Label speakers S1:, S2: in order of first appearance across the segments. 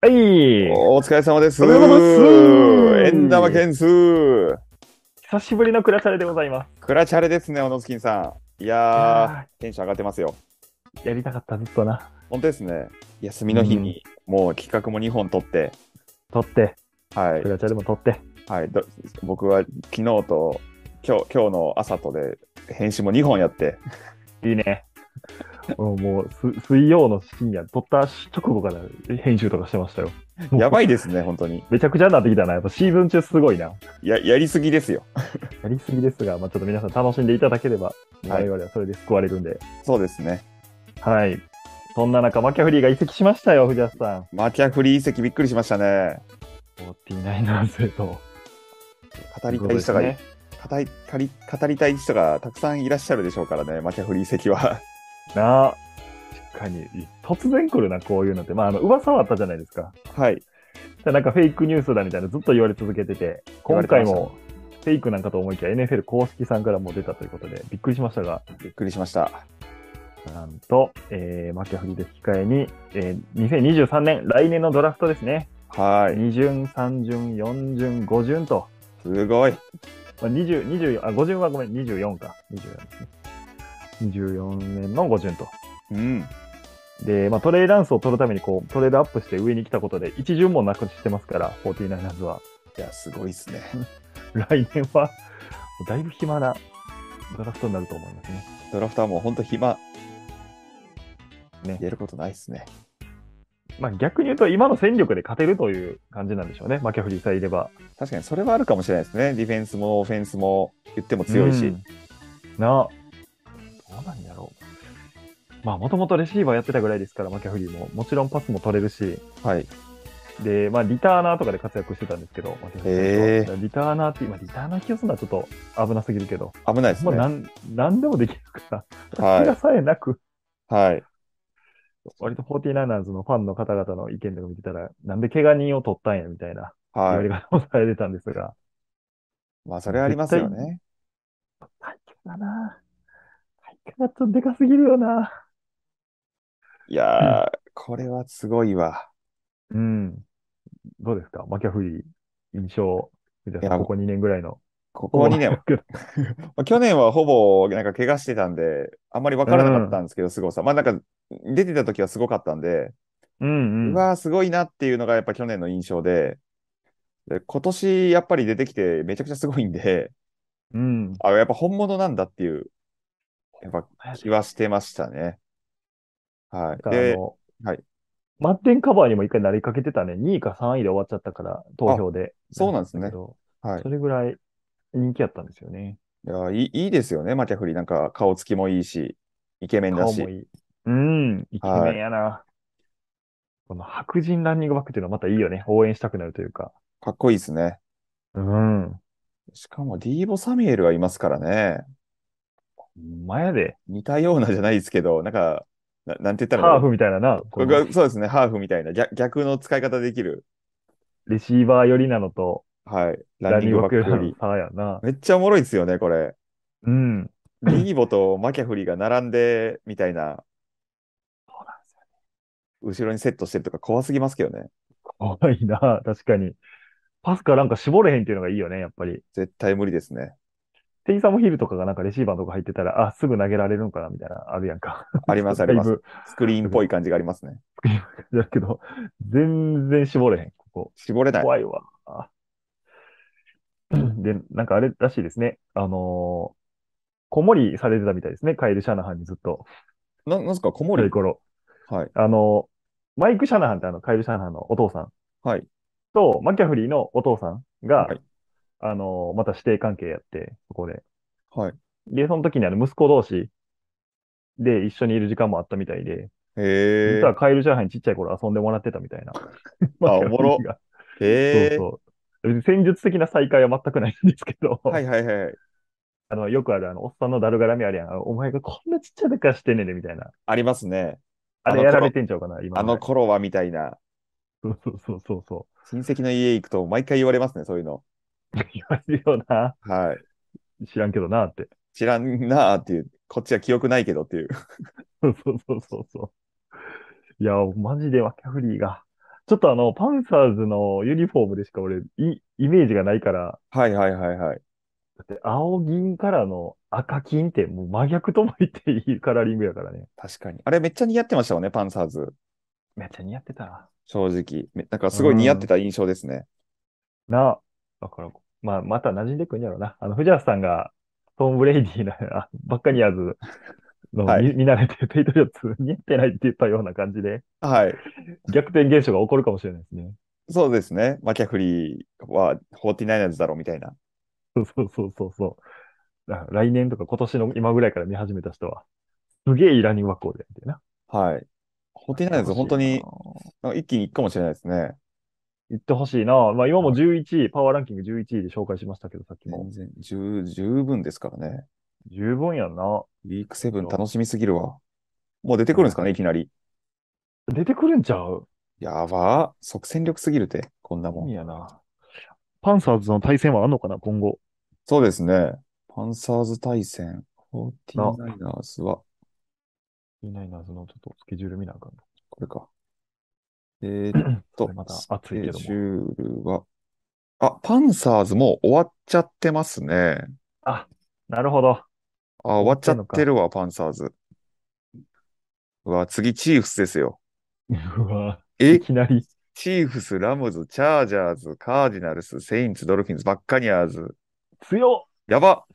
S1: はい。
S2: お疲れ様です。
S1: お疲れ様です
S2: 縁玉件数。
S1: 久しぶりのクラチャレでございます。
S2: クラチャレですね、小野月さん。いや
S1: あ
S2: ー、テンション上がってますよ。
S1: ーやりたかった、ずっとな。
S2: 本当ですね。休みの日に、もう企画も2本撮って、
S1: 撮って、
S2: は
S1: クラチャレも撮って。
S2: い、はい。ど僕は昨日と、今日、今日の朝とで、編集も2本やって、
S1: いいね。もうもうす水曜の深夜、撮った直後から編集とかしてましたよ。
S2: やば
S1: い。
S2: いですね、本当に。
S1: めちゃくちゃになってきたな。やっぱシーズン中すごいな。
S2: や、やりすぎですよ。
S1: やりすぎですが、まあ、ちょっと皆さん楽しんでいただければ、
S2: は
S1: 我
S2: い
S1: 々はそれで救われるんで。
S2: そうですね。
S1: はい。そんな中、マキャフリーが移籍しましたよ、藤田さん。
S2: マキャフリー遺跡びっくりしましたね。
S1: 49ナーズへと。
S2: 語りたい人が、
S1: というこ
S2: 語り語り、語りたい人がたくさんいらっしゃるでしょうからね、マキャフリー遺跡は。
S1: とですねなあ。確かに、突然来るな、こういうのって。まあ、あの、噂はあったじゃないですか。
S2: はい。
S1: じゃあなんかフェイクニュースだみたいなずっと言われ続けてて、
S2: 言
S1: 今
S2: われてま
S1: 回
S2: した
S1: もフェイクなんかと思いきや NFL 公式さんからも出たということで、びっくりしましたが、
S2: びっくりしました。
S1: なんと、えー、マキャフリーで引き換えに、えー、2023年、来年のドラフトですね。
S2: はい。
S1: 2巡、3巡、4巡、5巡と、
S2: すごい。
S1: まあ、20、24、あ、5巡はごめん、24か。24ですね。24年の5巡と。
S2: うん。
S1: で、まあ、トレーダンスを取るためにこう、トレードアップして上に来たことで、1巡もなくしてますから、49ers は。
S2: いや、すごいですね。
S1: 来年は、だいぶ暇なドラフトになると思いますね。
S2: ドラフトはもう本当暇。
S1: ね
S2: ね。やることないですね。
S1: まあ、逆に言うと、今の戦力で勝てるという感じなんでしょうね、マキャフリーさえいれば。
S2: 確かにそれはあるかもしれないですね。ディフェンスもオフェンスも言っても強いし。
S1: うんなあ、どうなんやろう。まあ、もともとレシーバーやってたぐらいですから、マキャフリーも。もちろんパスも取れるし、
S2: はい。
S1: で、まあ、リターナーとかで活躍してたんですけど、マキャフリ
S2: へえ
S1: リターナーって、まあ、リターナー起用するのはちょっと危なすぎるけど、
S2: 危ないです
S1: もう
S2: ね。は
S1: なん、なんでもできるから、怪我
S2: い。
S1: さえなく、
S2: はい。
S1: 割と 49ers のファンの方々の意見とか見てたら、なんで怪我人を取ったんやみたいな言わ
S2: は
S1: れ方もされてたんですが、
S2: い。まあ、それはありますよね。
S1: 体格だな。体格がちょっとでかすぎるよな。
S2: いやー、これはすごいわ。
S1: うん。どうですかマキャフリー、印象、みたい
S2: いや
S1: な、ここ2年ぐらいの。
S2: ここ2年、
S1: お
S2: まあ去年はほぼなんか怪我してたんで、あんまり分からなかったんですけど、すごさ。まあなんか、出てた時はすごかったんで、
S1: うんうん。
S2: うわー、すごいなっていうのがやっぱ去年の印象で、で今年やっぱり出てきてめちゃくちゃすごいんで、
S1: うん。
S2: あ、やっぱ本物なんだっていう、やっぱ気はしてましたね。は
S1: なんか
S2: い。
S1: あ
S2: で、
S1: の、
S2: はい
S1: マッテンカバーにも一回なりかけてたね。2位か3位で終わっちゃったから、投票で。
S2: そうなんですね
S1: だけど
S2: はい。
S1: それぐらい人気やったんですよね。
S2: いやいい、いいですよね、マキャフリー。なんか顔つきもいいし、イケメンだ
S1: 顔
S2: し
S1: も。いい。うん、イケメンやな。この白人ランニングバックっていうのはまたいいよね。応援したくなるというか。
S2: かっこいいですね。
S1: うん。
S2: しかも、ディーボ・サミュエルはいますからね。
S1: 前で、
S2: 似たようなじゃないですけど、なんか、ななんて言ったらい
S1: ハ
S2: い
S1: ー
S2: の
S1: フみたいなな、こ
S2: こ
S1: の
S2: こそうですね、ハーフみたいな、逆逆の使い方できる。
S1: レシーバー寄りなのと、
S2: はい。ラ
S1: ラ
S2: ン
S1: ンニ
S2: ニン
S1: ン
S2: グ
S1: グ
S2: バ
S1: バ
S2: ッ
S1: ック
S2: ク
S1: よ
S2: より
S1: り。の差やな。
S2: めっちゃおもろいですよね、これ。
S1: うん。
S2: ディーボとマキャフリーが並んで、みたいな、
S1: そうなんですよ。
S2: 後ろにセットしてるとか怖すぎますけどね。
S1: 怖いな、確かに。パスかなんか絞れへんっていうのがいいよね、やっぱり。
S2: 絶対無理ですね。
S1: テイサムヒルとかがなんかレシーバーとか入ってたら、あ、すぐ投げられるんかな、みたいな、あるやんか。
S2: ありますあ
S1: だ
S2: り
S1: い
S2: ます。
S1: ぶ、
S2: スクリーンっぽい感じがありますね。
S1: だけど、全然絞れへん、ここ。
S2: 絞れない。
S1: 怖いわ。で、なんかあれらしいですね。あのー、子守されてたみたいですね。カイル・シャナハンにずっと。
S2: ななんですか、小
S1: 古
S2: 森
S1: い。頃。
S2: はい。
S1: あのー、マイク・シャナハンってあの、カイル・シャナハンのお父さん
S2: はい。
S1: と、マキャフリーのお父さんが、
S2: はい
S1: あのー、また師弟関係やって、そこで。
S2: はい。
S1: で、その時にあの、息子同士で一緒にいる時間もあったみたいで、
S2: へ
S1: 実はカイル・シャナハンにちっちゃい頃遊んでもらってたみたいな。マキャフリーが
S2: おもろえ。へえ
S1: そう。そう。別に戦術的な再会は全くないんですけど、
S2: はいはいはい。
S1: あのよくあるあのおっさんのだるがらみあるやん。あのお前がこんなちっちゃい時からしてんねんでみたいな。
S2: ありますね。
S1: あ
S2: あの
S1: れ
S2: 頃
S1: やられてんちゃうかな、今
S2: あの頃はみたいな。
S1: そうそうそうそうそ
S2: 親戚の家行くと毎回言われますね、そういうの。
S1: う。言われるよな。
S2: はい。
S1: 知らんけどなって。
S2: 知らんなーっていう。こっちは記憶ないけどっていう。
S1: そうそうそうそうそう。いや、マジでワキャフリーがちょっとあの、パンサーズのユニフォームでしか俺、いイメージがないから、
S2: はいはいはいはい。
S1: だって青銀からの赤金ってもう真逆とも言っていいカラーリングやからね。
S2: 確かに。あれめっちゃ似合ってましたもんね、パンサーズ。
S1: めっちゃ似合ってたな。
S2: 正直。めなんかすごい似合ってた印象ですね。
S1: な、だから、まあ、また馴染んでくんやろうな。あの、藤原さんが、トム・ブレイディの、あバッカニアーズの
S2: はい
S1: 見見慣れてるペイトリオッツ似合ってないって言ったような感じで、
S2: はい。
S1: 逆転現象が起こるかもしれないですね。
S2: そうですね。マキャフリーは 49ers だろうみたいな。
S1: そうそうそうそうそう。だから来年とか今年の今ぐらいから見始めた人は、すげえいいランニングバックをやってるな。
S2: はい。49ers 本当になんか一気に行くかもしれないですね。
S1: 言ってほしいな。まあ今も11位、パワーランキング11位で紹介しましたけど、さっきも
S2: 全。然十十分ですからね。
S1: 十分やんな。
S2: ウィーク7楽しみすぎるわ。もう出てくるんですかね、いきなり。
S1: 出てくるんちゃう
S2: やば。即戦力すぎるて、こんなもん。
S1: いやな。パンサーズの対戦はあんのかな、今後。
S2: そうですね。パンサーズ対戦、49ers は、
S1: いないな、そのちょっとスケジュール見なあかん。
S2: これ か。えー、っと
S1: これ、また熱いけども
S2: スケジュールは、あ、パンサーズもう終わっちゃってますね。
S1: なるほ ど。
S2: あ、終わっちゃってるわ、パンサーズ。うわ、次、チーフスですよ。
S1: うわ、
S2: え
S1: いきなり。
S2: チーフス、ラムズ、チャージャーズ、カージナルス、セインツ、ドルフィンズ、バッカニアーズ。
S1: 強
S2: やば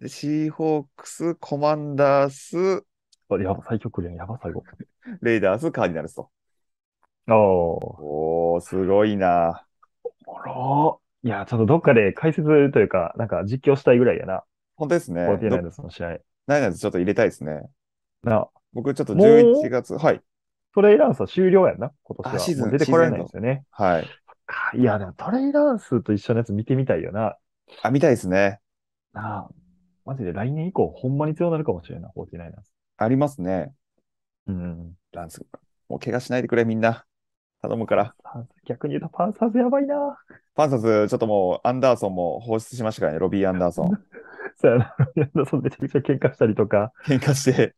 S2: でシーホークス、コマンダース、
S1: っやば、最強クリアン、やば、最後。
S2: レイダース、カージナルスと。
S1: あ
S2: おー、すごいな。
S1: あら。いや、ちょっとどっかで解説というか、なんか実況したいぐらいやな。
S2: 本当ですね。
S1: フォーティナイ
S2: ど
S1: ナーズの試合。
S2: ナイナーズちょっと入れたいですね。
S1: な、
S2: 僕ちょっと
S1: もう
S2: 11月、はい、
S1: トレイランスは終了やんな、今年は。
S2: あシーズン
S1: もう出てこられないですよね。
S2: はい。
S1: かいや、でもトレイランスと一緒のやつ見てみたいよな。
S2: あ、見たいですね。
S1: なあ。マジで来年以降、ほんまに強なるかもしれんない、フォーティナイナーズ。
S2: ありますね。
S1: うん。
S2: ランス、もう怪我しないでくれ、みんな。頼むから。
S1: パンサー逆に言うとパンサーズやばいな。
S2: パンサーズ、ちょっともう、アンダーソンも放出しましたからね、ロビー・アンダーソン。
S1: そうやな。ヤンダーソンめちゃくちゃ喧嘩したりとか、
S2: 喧嘩して、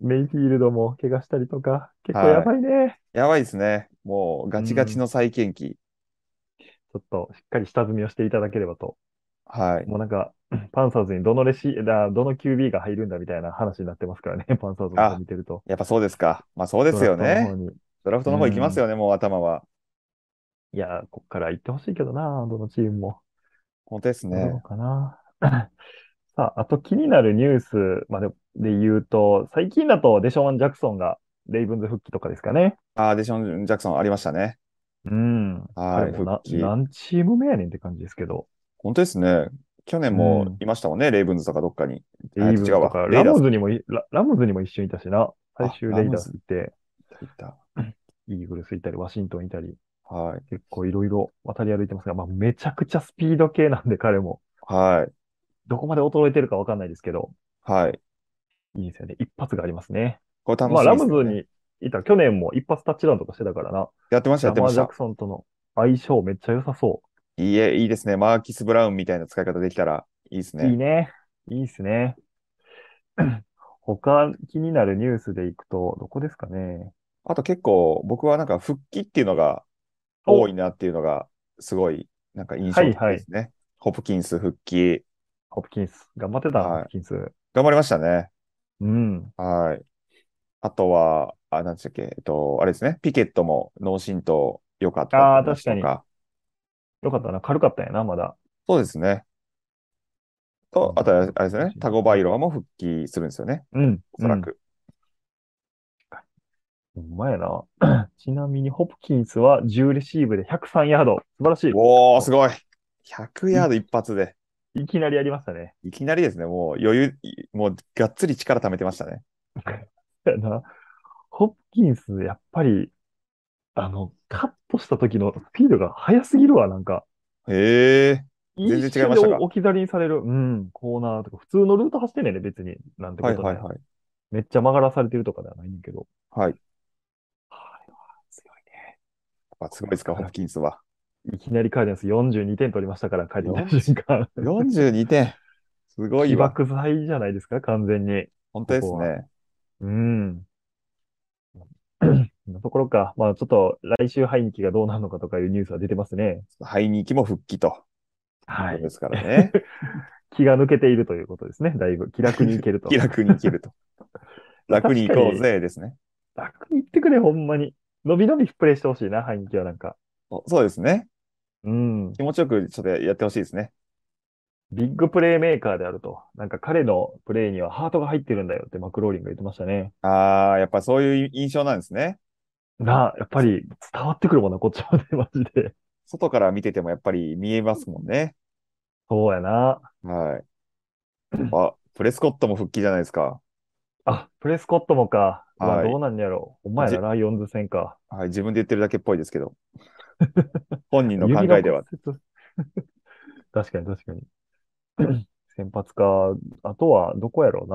S1: メイフィールドも怪我したりとか、結構
S2: はい
S1: やばいね。
S2: やばいですね。もう、ガチガチの再建期。
S1: ちょっとしっかり下積みをしていただければと。
S2: はい。
S1: もうなんか、 パンサーズにどのレシだどの QB が入るんだみたいな話になってますからね、 パンサーズの
S2: あ
S1: 方見てると。
S2: やっぱそうですか。まあそうですよ
S1: ドラフト
S2: ね
S1: の。方に
S2: ドラフトの方行きますよね、もう頭は。
S1: いや、こっから行ってほしいけどな、どのチームも。
S2: 本当です
S1: どうなの
S2: ね。
S1: かな。 さあ、あと気になるニュースまでで言うと、最近だとデショーン・ジャクソンがレイブンズ復帰とかですかね。
S2: あーデション・ジャクソンありましたね。
S1: うん。
S2: は
S1: 彼
S2: い、
S1: もな
S2: 復帰。
S1: 何チーム目やねんって感じですけど、
S2: 本当ですね。去年
S1: う
S2: も
S1: ん
S2: いましたもんね、レイブンズとかどっかに。あ
S1: レイブンズ
S2: 違う
S1: と
S2: わ
S1: か、
S2: レイ
S1: ラ
S2: ダース
S1: ムズにもい、ララムズにも一緒にいたしな、最終
S2: あ
S1: レイダース行って、
S2: いた
S1: イーグルス行ったり、ワシントンいたり、
S2: はい。
S1: 結構いろいろ渡り歩いてますが、まあ、めちゃくちゃスピード系なんで彼も、
S2: はい。
S1: どこまで衰えてるかわかんないですけど、
S2: はい。
S1: いいですよね。一発がありますね。
S2: これ楽しみです、ね。
S1: まあ、ラムズにいた、去年も一発タッチダウンとかしてたからな、
S2: やってました、やって
S1: マ
S2: ま
S1: ー・
S2: し
S1: ジャ
S2: た
S1: ク。ソンとの相性めっちゃ良さそ
S2: いいえ、いいですね。マーキス・ブラウンみたいな使い方できたらいいです
S1: う。
S2: ね。
S1: いいね。いいっすね。 他気になるニュースでいくと、どこですかね。
S2: あと結構僕はなんか復帰っていうのが
S1: お
S2: 多いなっていうのがすごいなんか印象的ですね。ホプキンス復帰。
S1: ホプキンス。頑張ってた、
S2: はい
S1: ホプキンス。
S2: 頑張りましたね。
S1: うん。
S2: はい。あとは、あ、なんでしたっけ、えっと、あれですね。ピケットも脳震盪良かった
S1: あー
S2: って話と
S1: 確かよかったな。軽かったんやな、まだ。
S2: そうですね。と、あとは、あれですね。タゴバイロアも復帰するんですよね。
S1: うん。
S2: おそらく。
S1: うん。ほんまやな。 ちなみに、ホプキンスは10レシーブで103ヤード。素晴らし
S2: おー、すごい。100ヤード一発で。
S1: い。いきなりやりましたね。
S2: いきなりですね、もう余裕、いもうがっつり力貯めてましたね。
S1: やな。ホプキンス、やっぱり、あの、カットした時のスピードが速すぎるわ、なんか。
S2: へえ。全然違いましたか
S1: 一瞬で置き去りにされる、うん、コーナーとか、普通のルート走ってんねんね、別に。なんてこ
S2: は
S1: と
S2: い
S1: ない。
S2: はいはい。
S1: めっちゃ曲がらされてるとかではないんだけど。
S2: はい。やっ
S1: あれは強いね。
S2: ぱすごいですか、ホプキンスは。
S1: いきなりカーディナルス42点取りましたから、カーディナルス瞬間。
S2: 42点。すごい
S1: 起
S2: わ。
S1: 爆剤じゃないですか、完全に。
S2: 本当です
S1: ここは
S2: ね。
S1: うん。 そんなところか。まあちょっと来週ハイニキがどうなるのかとかいうニュースは出てますね。
S2: ハイニキも復帰と。
S1: は
S2: こと
S1: い
S2: で。すか らね。
S1: 気が抜けているということですね。だいぶ気楽にいけると。
S2: 気楽に生き ると。楽に行こうぜですね。
S1: 楽にいってくれ、ほんまに。のびのびプレイしてほしいな、ハイニキはなんか。
S2: おそうですね。
S1: うん。
S2: 気持ちよくちょっとやってほしいですね。
S1: ビッグプレイメーカーであると。なんか彼のプレイにはハートが入ってるんだよってマクローリンが言ってましたね。
S2: ああ、やっぱそういう印象なんですね。
S1: なあ、やっぱり伝わってくるもんな、こっちまで、 マジで。
S2: 外から見ててもやっぱり見えますもんね。
S1: そうやな。
S2: はい。あ、プレスコットも復帰じゃないですか。
S1: あ、プレスコットもか。まあ
S2: はい
S1: どうなんやろう。お前
S2: じ
S1: らライオンズ戦か。
S2: はい、自分で言ってるだけっぽいです けど。本人の考えでは。
S1: 指の骨折 確かに確かに。 先発か。あとは、どこやろう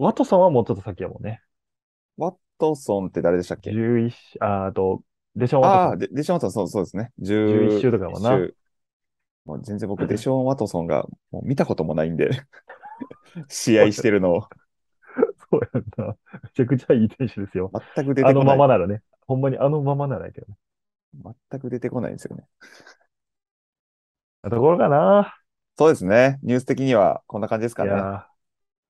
S1: な。ワトさんはもうちょっと先やもんね。
S2: ワットソンって誰でしたっけ
S1: 11、あ、あと、デション・
S2: あ
S1: ワ
S2: あ、
S1: ト
S2: でデション・ワトソン、そうそうですね。
S1: 11
S2: 11
S1: 週とかやもんな
S2: 週もう全然僕、デション・ワトソンがもう見たこともない んで、試合してるのを
S1: ソン。そうやんな。めちゃくちゃいい選手ですよ。
S2: 全く出
S1: あ
S2: てこ
S1: の
S2: な
S1: ま
S2: い。
S1: まならね。ほんまにあのままならやけどね。
S2: 全く出てこないんですよね。
S1: なところかな。
S2: そうですね。ニュース的にはこんな感じですか
S1: い
S2: ね。
S1: やー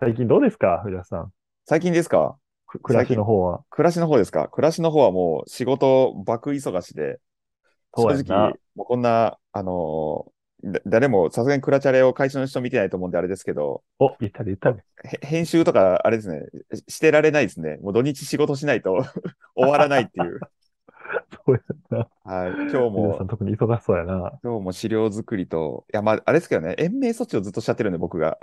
S1: 最近どうですか、藤田さん。
S2: 最近ですか
S1: く暮らしの方は。
S2: 暮らしの方ですか暮らしの方はもう仕事爆忙しで、
S1: そうや
S2: 正
S1: んな
S2: 直、もうこんな、あのーだ誰もさすがにクラチャレを会社の人見てないと思うんであれですけど、
S1: お、言ったね、言ったね。
S2: へ編集とか、あれですね、ししてられないですね。もう土日仕事しないと 終わらないっていう。
S1: そうやんな。
S2: はい。今日
S1: 藤田さ
S2: も
S1: ん、特に忙しそうやな。
S2: 今日も資料作りと、いや、まあ、あれですけどね、延命措置をずっとしちゃってるんで、僕が。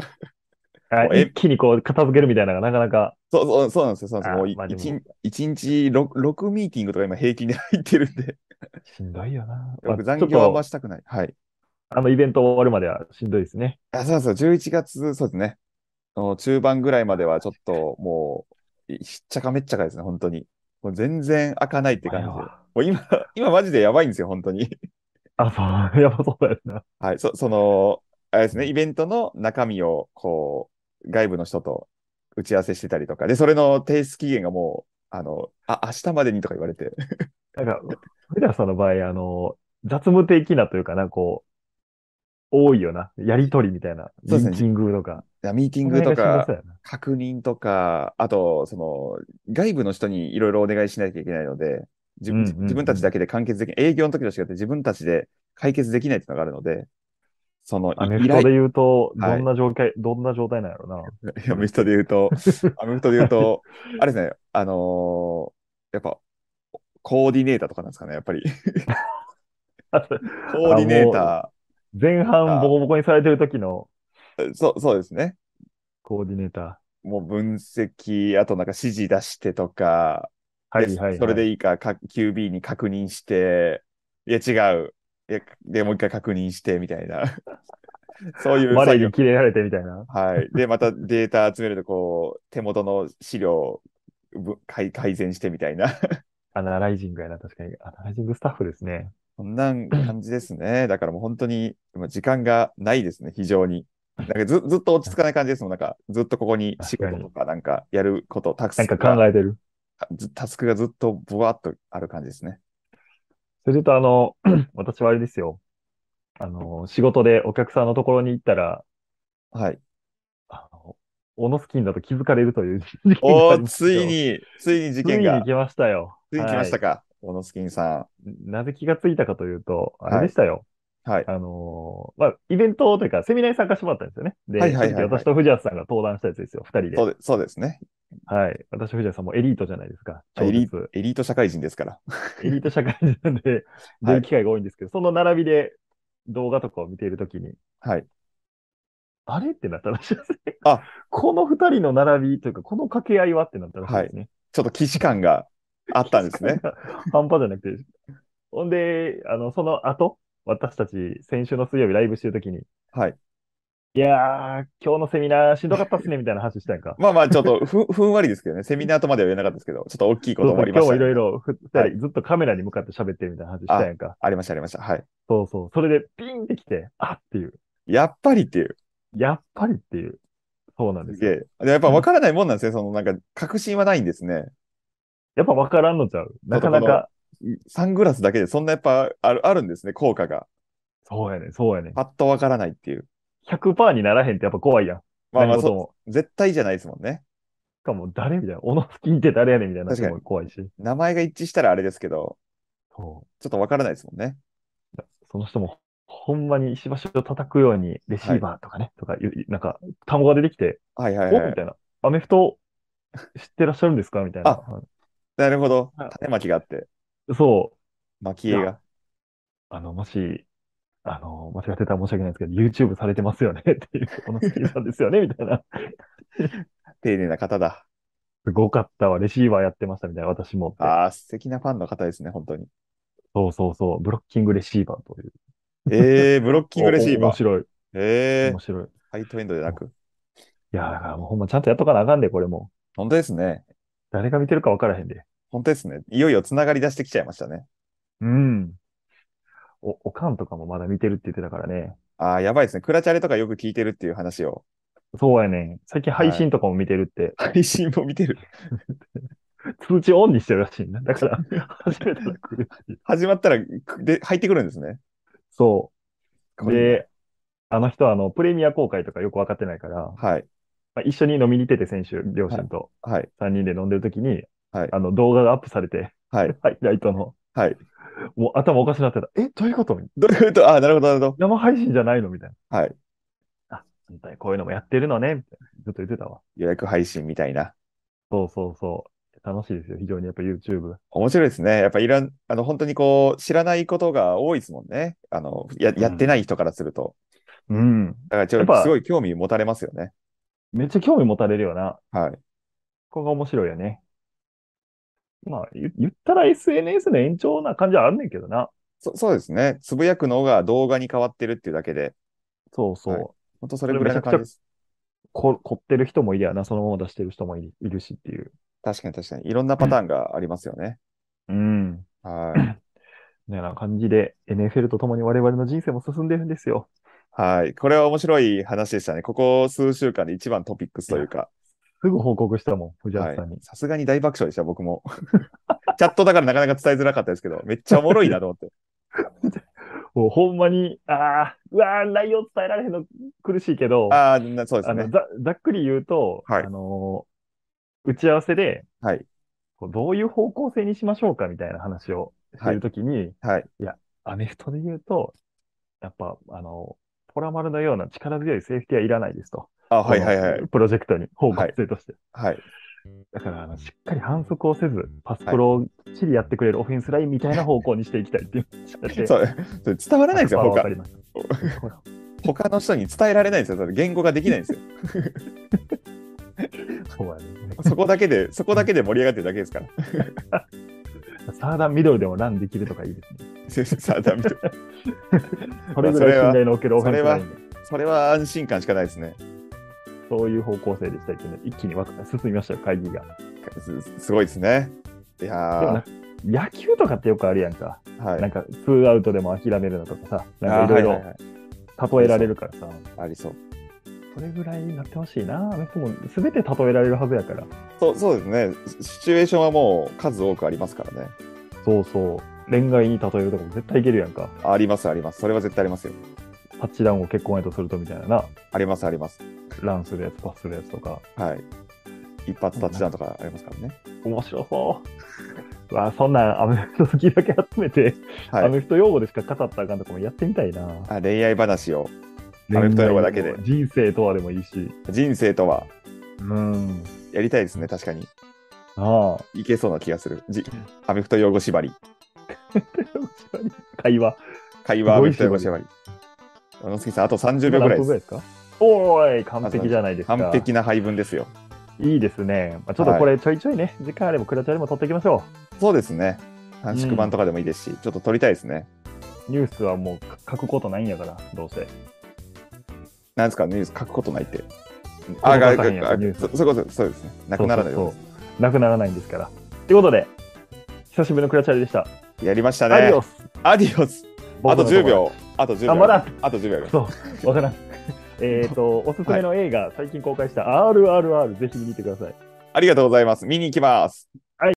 S1: あ
S2: もうえ
S1: 一気にこう、片付けるみたいなのがなかなか。
S2: そうそうそうなんですよ、そうなんですよ。
S1: あ
S2: もうい
S1: まあでも
S2: 一日一日 6, 6ミーティングとか今平均で入ってるんで、
S1: しんどいよな。まあ
S2: 僕
S1: ちょっ
S2: 残業はあんま
S1: と
S2: したくない。はい。
S1: あのイベント終わるまではしんどいですね。
S2: あそうそう、11月、そうですね。の中盤ぐらいまではちょっともう、いしっちゃかめっちゃかですね、本当に。もう全然開かないって感じで。もう今、 今マジでやばいんですよ、本当に。
S1: あ、そう、やっぱそうや な。
S2: はい、そ、その、あれですね、イベントの中身を、こう、外部の人と打ち合わせしてたりとか、で、それの提出期限がもう、あの、あ、明日までにとか言われて、
S1: なんか、藤田さんの場合、あの、雑務的なというかな、こう、多いよな。やりとりみたいな。
S2: そうで
S1: ミ
S2: すね
S1: ーティングとか。
S2: いやミーティン
S1: この
S2: グと
S1: 辺がしんど
S2: か
S1: そ、うやな
S2: 確認とか、あと、その、外部の人にいろいろお願いしなきゃいけないので、自分
S1: うんうんうん
S2: 自分たちだけで完結できない、営業の時と違って自分たちで解決できないっていうのがあるので、その、
S1: アメ
S2: 依
S1: フト
S2: 頼
S1: で、言うと、
S2: はい
S1: どんな状態、どんな状態なんやろうな。
S2: アメフトで言 うと、アメフトで言うと、あれですね、あのーやっぱ、コーディネーターとかなんですかね、や っぱり。コーディネータ
S1: 前半ボコボコにされてる時の
S2: ー、そう、そうですね。
S1: コーディネータ
S2: もう分析、あとなんか指示出してとか、
S1: ー。はい
S2: で
S1: はい、はい。
S2: それでいいかか QB に確認して、いや違う。いやで、もう一回確認して、みたい な。そういう
S1: 我
S2: 作業
S1: に切れられてみたいな。
S2: はい。で、またデータ集めると、こう、手元の資料ぶ改改善してみたいな。
S1: アナライジングやな、確かに。アナライジングスタッフですね。
S2: こんな感じですね。だからもう本当に、今時間がないですね、非常に。なんかずずっと落ち着かない感じですもん。なんか、ずっとここに仕事とか、なんかやること、タス
S1: なん
S2: ク
S1: か
S2: が
S1: 考えてる。
S2: ずタスクがずっとブワーっとある感じですね。
S1: それで言うと、あの、 私はあれですよ。あの、仕事でお客さんのところに行ったら、
S2: はい。
S1: あの、オノスキンだと気づかれるという事件
S2: お
S1: があり
S2: ー、
S1: ました
S2: つ
S1: よ
S2: い、に、ついに
S1: つ
S2: 事
S1: い
S2: 件
S1: に
S2: が
S1: 来、ましたよ。
S2: ついに来ました
S1: は
S2: か。小野スキンさ
S1: いなぜ気がついたかというと、
S2: はい
S1: あれでしたよ。
S2: はい
S1: あのーまあ、イベントというか、セミナーに参加してもらったんですよね。で、
S2: はいはいはいは
S1: その
S2: い
S1: 時私と藤原さんが登壇したやつですよ、二人
S2: ん。
S1: で。
S2: そうでそうですね。
S1: はい。私と藤原さんもエリートじゃないですか。
S2: エリー
S1: 超絶
S2: エリート社会人ですから。
S1: エリート社会人 なんで、出る機会が多いんですけど、その並びで動画とかを見ているときに、
S2: はい。
S1: あれってなったらしいですね。
S2: あ
S1: この二人の並びというか、この掛け合いはってなったらしいですね。
S2: ちょっと既視感があったんで すね。。
S1: 半端じゃなくて。ほんで、あの、その後、私たち、先週の水曜日ライブしてるときに、
S2: はい。
S1: いやー、今日のセミナーしんどかったっすね、みたいな話したやんか。
S2: まあまあ、ちょっとふふんわりですけどね。セミナーとまでは言えなかったですけど、ちょっと大きいこともあり
S1: 今
S2: ま
S1: 日も
S2: したね、
S1: いろいろ二人、
S2: はい
S1: ずっとカメラに向かって喋ってるみたいな話したやんか。
S2: ありました、ありました。はい。
S1: そうそう。それでピンってきて、あっていう。
S2: やっぱりっていう。
S1: やっぱりっていう。そうなんですすよ
S2: げえ。でやっぱ分からないもんなんですね。そのなんか、確信はないんですね。
S1: やっぱ分からんのちゃう。なかなか。
S2: サングラスだけでそんなやっぱあるあるんですね、効果が。
S1: そうやねん、そうやねん。
S2: パッとわからないっていう。
S1: 100%にならへんってやっぱ怖いやん。
S2: まあま
S1: 何
S2: あ
S1: 事
S2: そ、
S1: も。
S2: 絶対じゃないですもんね。
S1: しかも誰みたいな。オノスキーって誰やねんみたいな。
S2: 確かに
S1: すごい怖いし。
S2: 名前が一致したらあれですけど、
S1: そ
S2: ちょっとわからないですもんね。
S1: う。その人も、ほんまに石橋を叩くように、レシーバーとかね、とかいう、なんか、単語が出てきて、
S2: はいはい
S1: お
S2: は
S1: み
S2: い。
S1: たいな。アメフト知ってらっしゃるんですかみたいな。
S2: なるほど
S1: はい。
S2: 種まきがあって、
S1: そう。
S2: 巻き絵
S1: い
S2: が。
S1: あの、もし、あの、間違ってたら申し訳ないですけど、YouTube されてますよね っていう、このスキーさんですよねみたいな。
S2: 丁寧な方だ。
S1: すごかったわ、レシーバーやってましたみたいな、私もって。
S2: ああ、素敵なファンの方ですね、本当 に。
S1: そうそうそう、ブロッキングレシーバーという。
S2: えー、ブロッキングレシー
S1: お
S2: バ
S1: 面
S2: ー。
S1: 白い、
S2: えー
S1: 面、白い。
S2: ハイトエンドじゃなく。
S1: いやー、だからもうほんまちゃんとやっとかなあかんで、これも
S2: 本当ですね。
S1: う。誰が見てるか分からへんで。
S2: 本当ですね。いよいよつながり出してきちゃいましたね。
S1: うん。お、おかんとかもまだ見てるって言ってたからね。
S2: ああ、やばいですね。クラチャレとかよく聞いてるっていう話を。
S1: そうやねん。最近配信とかも見てるって、
S2: 配信も見てる。
S1: 通知オンにしてるらしいな。だから、初めてら 来るし。
S2: 始まったら、くで、入ってくるんですね。
S1: そう。
S2: これ
S1: で、あの人はあのプレミア公開とかよく分かってないから、ま
S2: はい。
S1: あ、一緒に飲みに行ってて、選手、両親と
S2: はい。
S1: 3人で飲んでる時に、
S2: はい
S1: あの動画がアップされて、
S2: はい。
S1: ハイライトの、
S2: はい。
S1: もう頭おかしなってた。え、どういうことみたい
S2: どういうことああ、なるほど、なるほ
S1: な生配信じゃないのみたい
S2: ど。はい。
S1: な。あ、本当にこういうのもやってるのねみたいな。ずっと言ってたわ。
S2: 予約配信みたいな。
S1: そうそうそう。楽しいですよ。非常にやっぱ YouTube。
S2: 面白いですね。やっぱいらん、あの、本当にこう、知らないことが多いですもんね。あの、や、やってない人からすると。
S1: うん。
S2: だからちょ
S1: や
S2: っ
S1: っぱ
S2: と、すごい興味持たれますよね。
S1: めっちゃ興味持たれるよな。
S2: はい。
S1: ここが面白いよね。まあ、言言ったら SNS の延長な感じはあんねんけどな。
S2: そ、そうですね。つぶやくのが動画に変わってるっていうだけで、
S1: そうそう。
S2: はい本当それぐらいの感じです。
S1: こ凝ってる人もいりゃな、そのまま出してる人もいいるしっていう。
S2: 確かに確かに。いろんなパターンがありますよね。
S1: うん。
S2: はい。
S1: みたいな感じで、NFL とともに我々の人生も進んでるんですよ。
S2: はい。これは面白い話でしたね。ここ数週間で一番トピックスというか。
S1: すぐ報告したもん、藤
S2: は
S1: 原
S2: い
S1: さんに。。
S2: さすがに大爆笑でした、僕も。 チャットだからなかなか伝えづらかったですけど、めっちゃおもろいなと 思って。
S1: もうほんまに、ああ、うわあ、内容伝えられへんの苦しいけど、
S2: ああ、なそうです
S1: あの
S2: ね。
S1: ざざっくり言うと、
S2: はい
S1: あのー打ち合わせで、
S2: はい
S1: こうどういう方向性にしましょうかみたいな話をしてるときに、い
S2: はい。
S1: や、アメフトで言うと、やっぱ、あのーポラマルのような力強いセーフティーはいらないですと。
S2: あはいはいはい
S1: こ。のプロジェクトに方向性として。
S2: はい。
S1: だからあの、しっかり反則をせず、パスプロをきっちりやってくれるオフェンスラインみたいな方向にしていきたいっていう話をして。
S2: そう、それ伝わらないです よ、
S1: 100%わか
S2: 他
S1: り。ました
S2: 他の人に伝えられないんですよ。それ言語ができないんですよ。
S1: そうやね。
S2: そこだけで、そこだけで盛り上がってるだけですから。
S1: サーダンミドルでもランできるとかいいですね。
S2: さあ ダメ
S1: それぐらい信頼のおけるオフェンスラインで。
S2: それは安心感しかないですね。
S1: そういう方向性でしたけど、一気にわか進みましたよ、会議が。
S2: すすごいですね。い
S1: でも
S2: や
S1: な野球とかってよくあるやんか。
S2: ー、はい。
S1: なんか、ツーアウトでも諦めるのとかさ、なんかいろい
S2: あーはいはいはい
S1: ろ例えられるからさ、
S2: ありそう。
S1: それぐらいになってほしいな。別にもう全て例えられるはずやから。
S2: そうそうですね。シシチュエーションはもう数多くありますからね。
S1: そうそう。恋愛に例えるとかも絶対いけるやんか。
S2: ありますあります。それは絶対ありますよ。
S1: タッチダウンを結婚へとするとみたいなな、
S2: ありますあります。
S1: ランするやつ、パスするやつとか、
S2: はい。一発タッチダウンとかありますからね。
S1: 面白そう。うわそんなんアメフト好きだけ集めて、ア
S2: はい。
S1: メフト用語でしか語ったらあかんとかもやってみたいな。
S2: あ恋愛話を、アメフト用語だけ
S1: 恋
S2: で
S1: 愛も人生とはでもいいし。
S2: 人生とは
S1: うん。
S2: やりたいですね。確かに。
S1: ああ。
S2: いけそうな気がする。じアメフト用語縛り。
S1: 会話。
S2: 会話アメフト用語縛り。小野月さん、あと30秒ぐらい
S1: 何分ぐらいで
S2: です。
S1: すかおーい、完璧じゃないですか。
S2: 完璧な配分ですよ。
S1: いいですね。まあ、ちょっとこれちょいちょいね、時間あればクラチャでも撮っていきましょ
S2: そうですね。短縮版とかでもいいですし、ちょっと撮りたいですね。
S1: う。ニュースはもう書くことないんやから、どうせ。
S2: なんですか、ニュース書くことないって。
S1: 書
S2: あ、
S1: か
S2: が、
S1: へんや
S2: が、
S1: んニュー
S2: が
S1: ス
S2: そそういうこと、そうですね。なくならないよ
S1: そう
S2: う
S1: そ
S2: に
S1: うそうなくならないんですから。ということで、久しぶりのクラチャレでした。
S2: やりましたね。
S1: アディオス。
S2: アディオス。あと10。秒。あと10秒。
S1: あまだ
S2: あと10秒あります。
S1: そう、わからん。えっと、おすすめの映画、最近公開した RRR、ぜひ見に行ってください。
S2: ありがとうございます。見に行きます。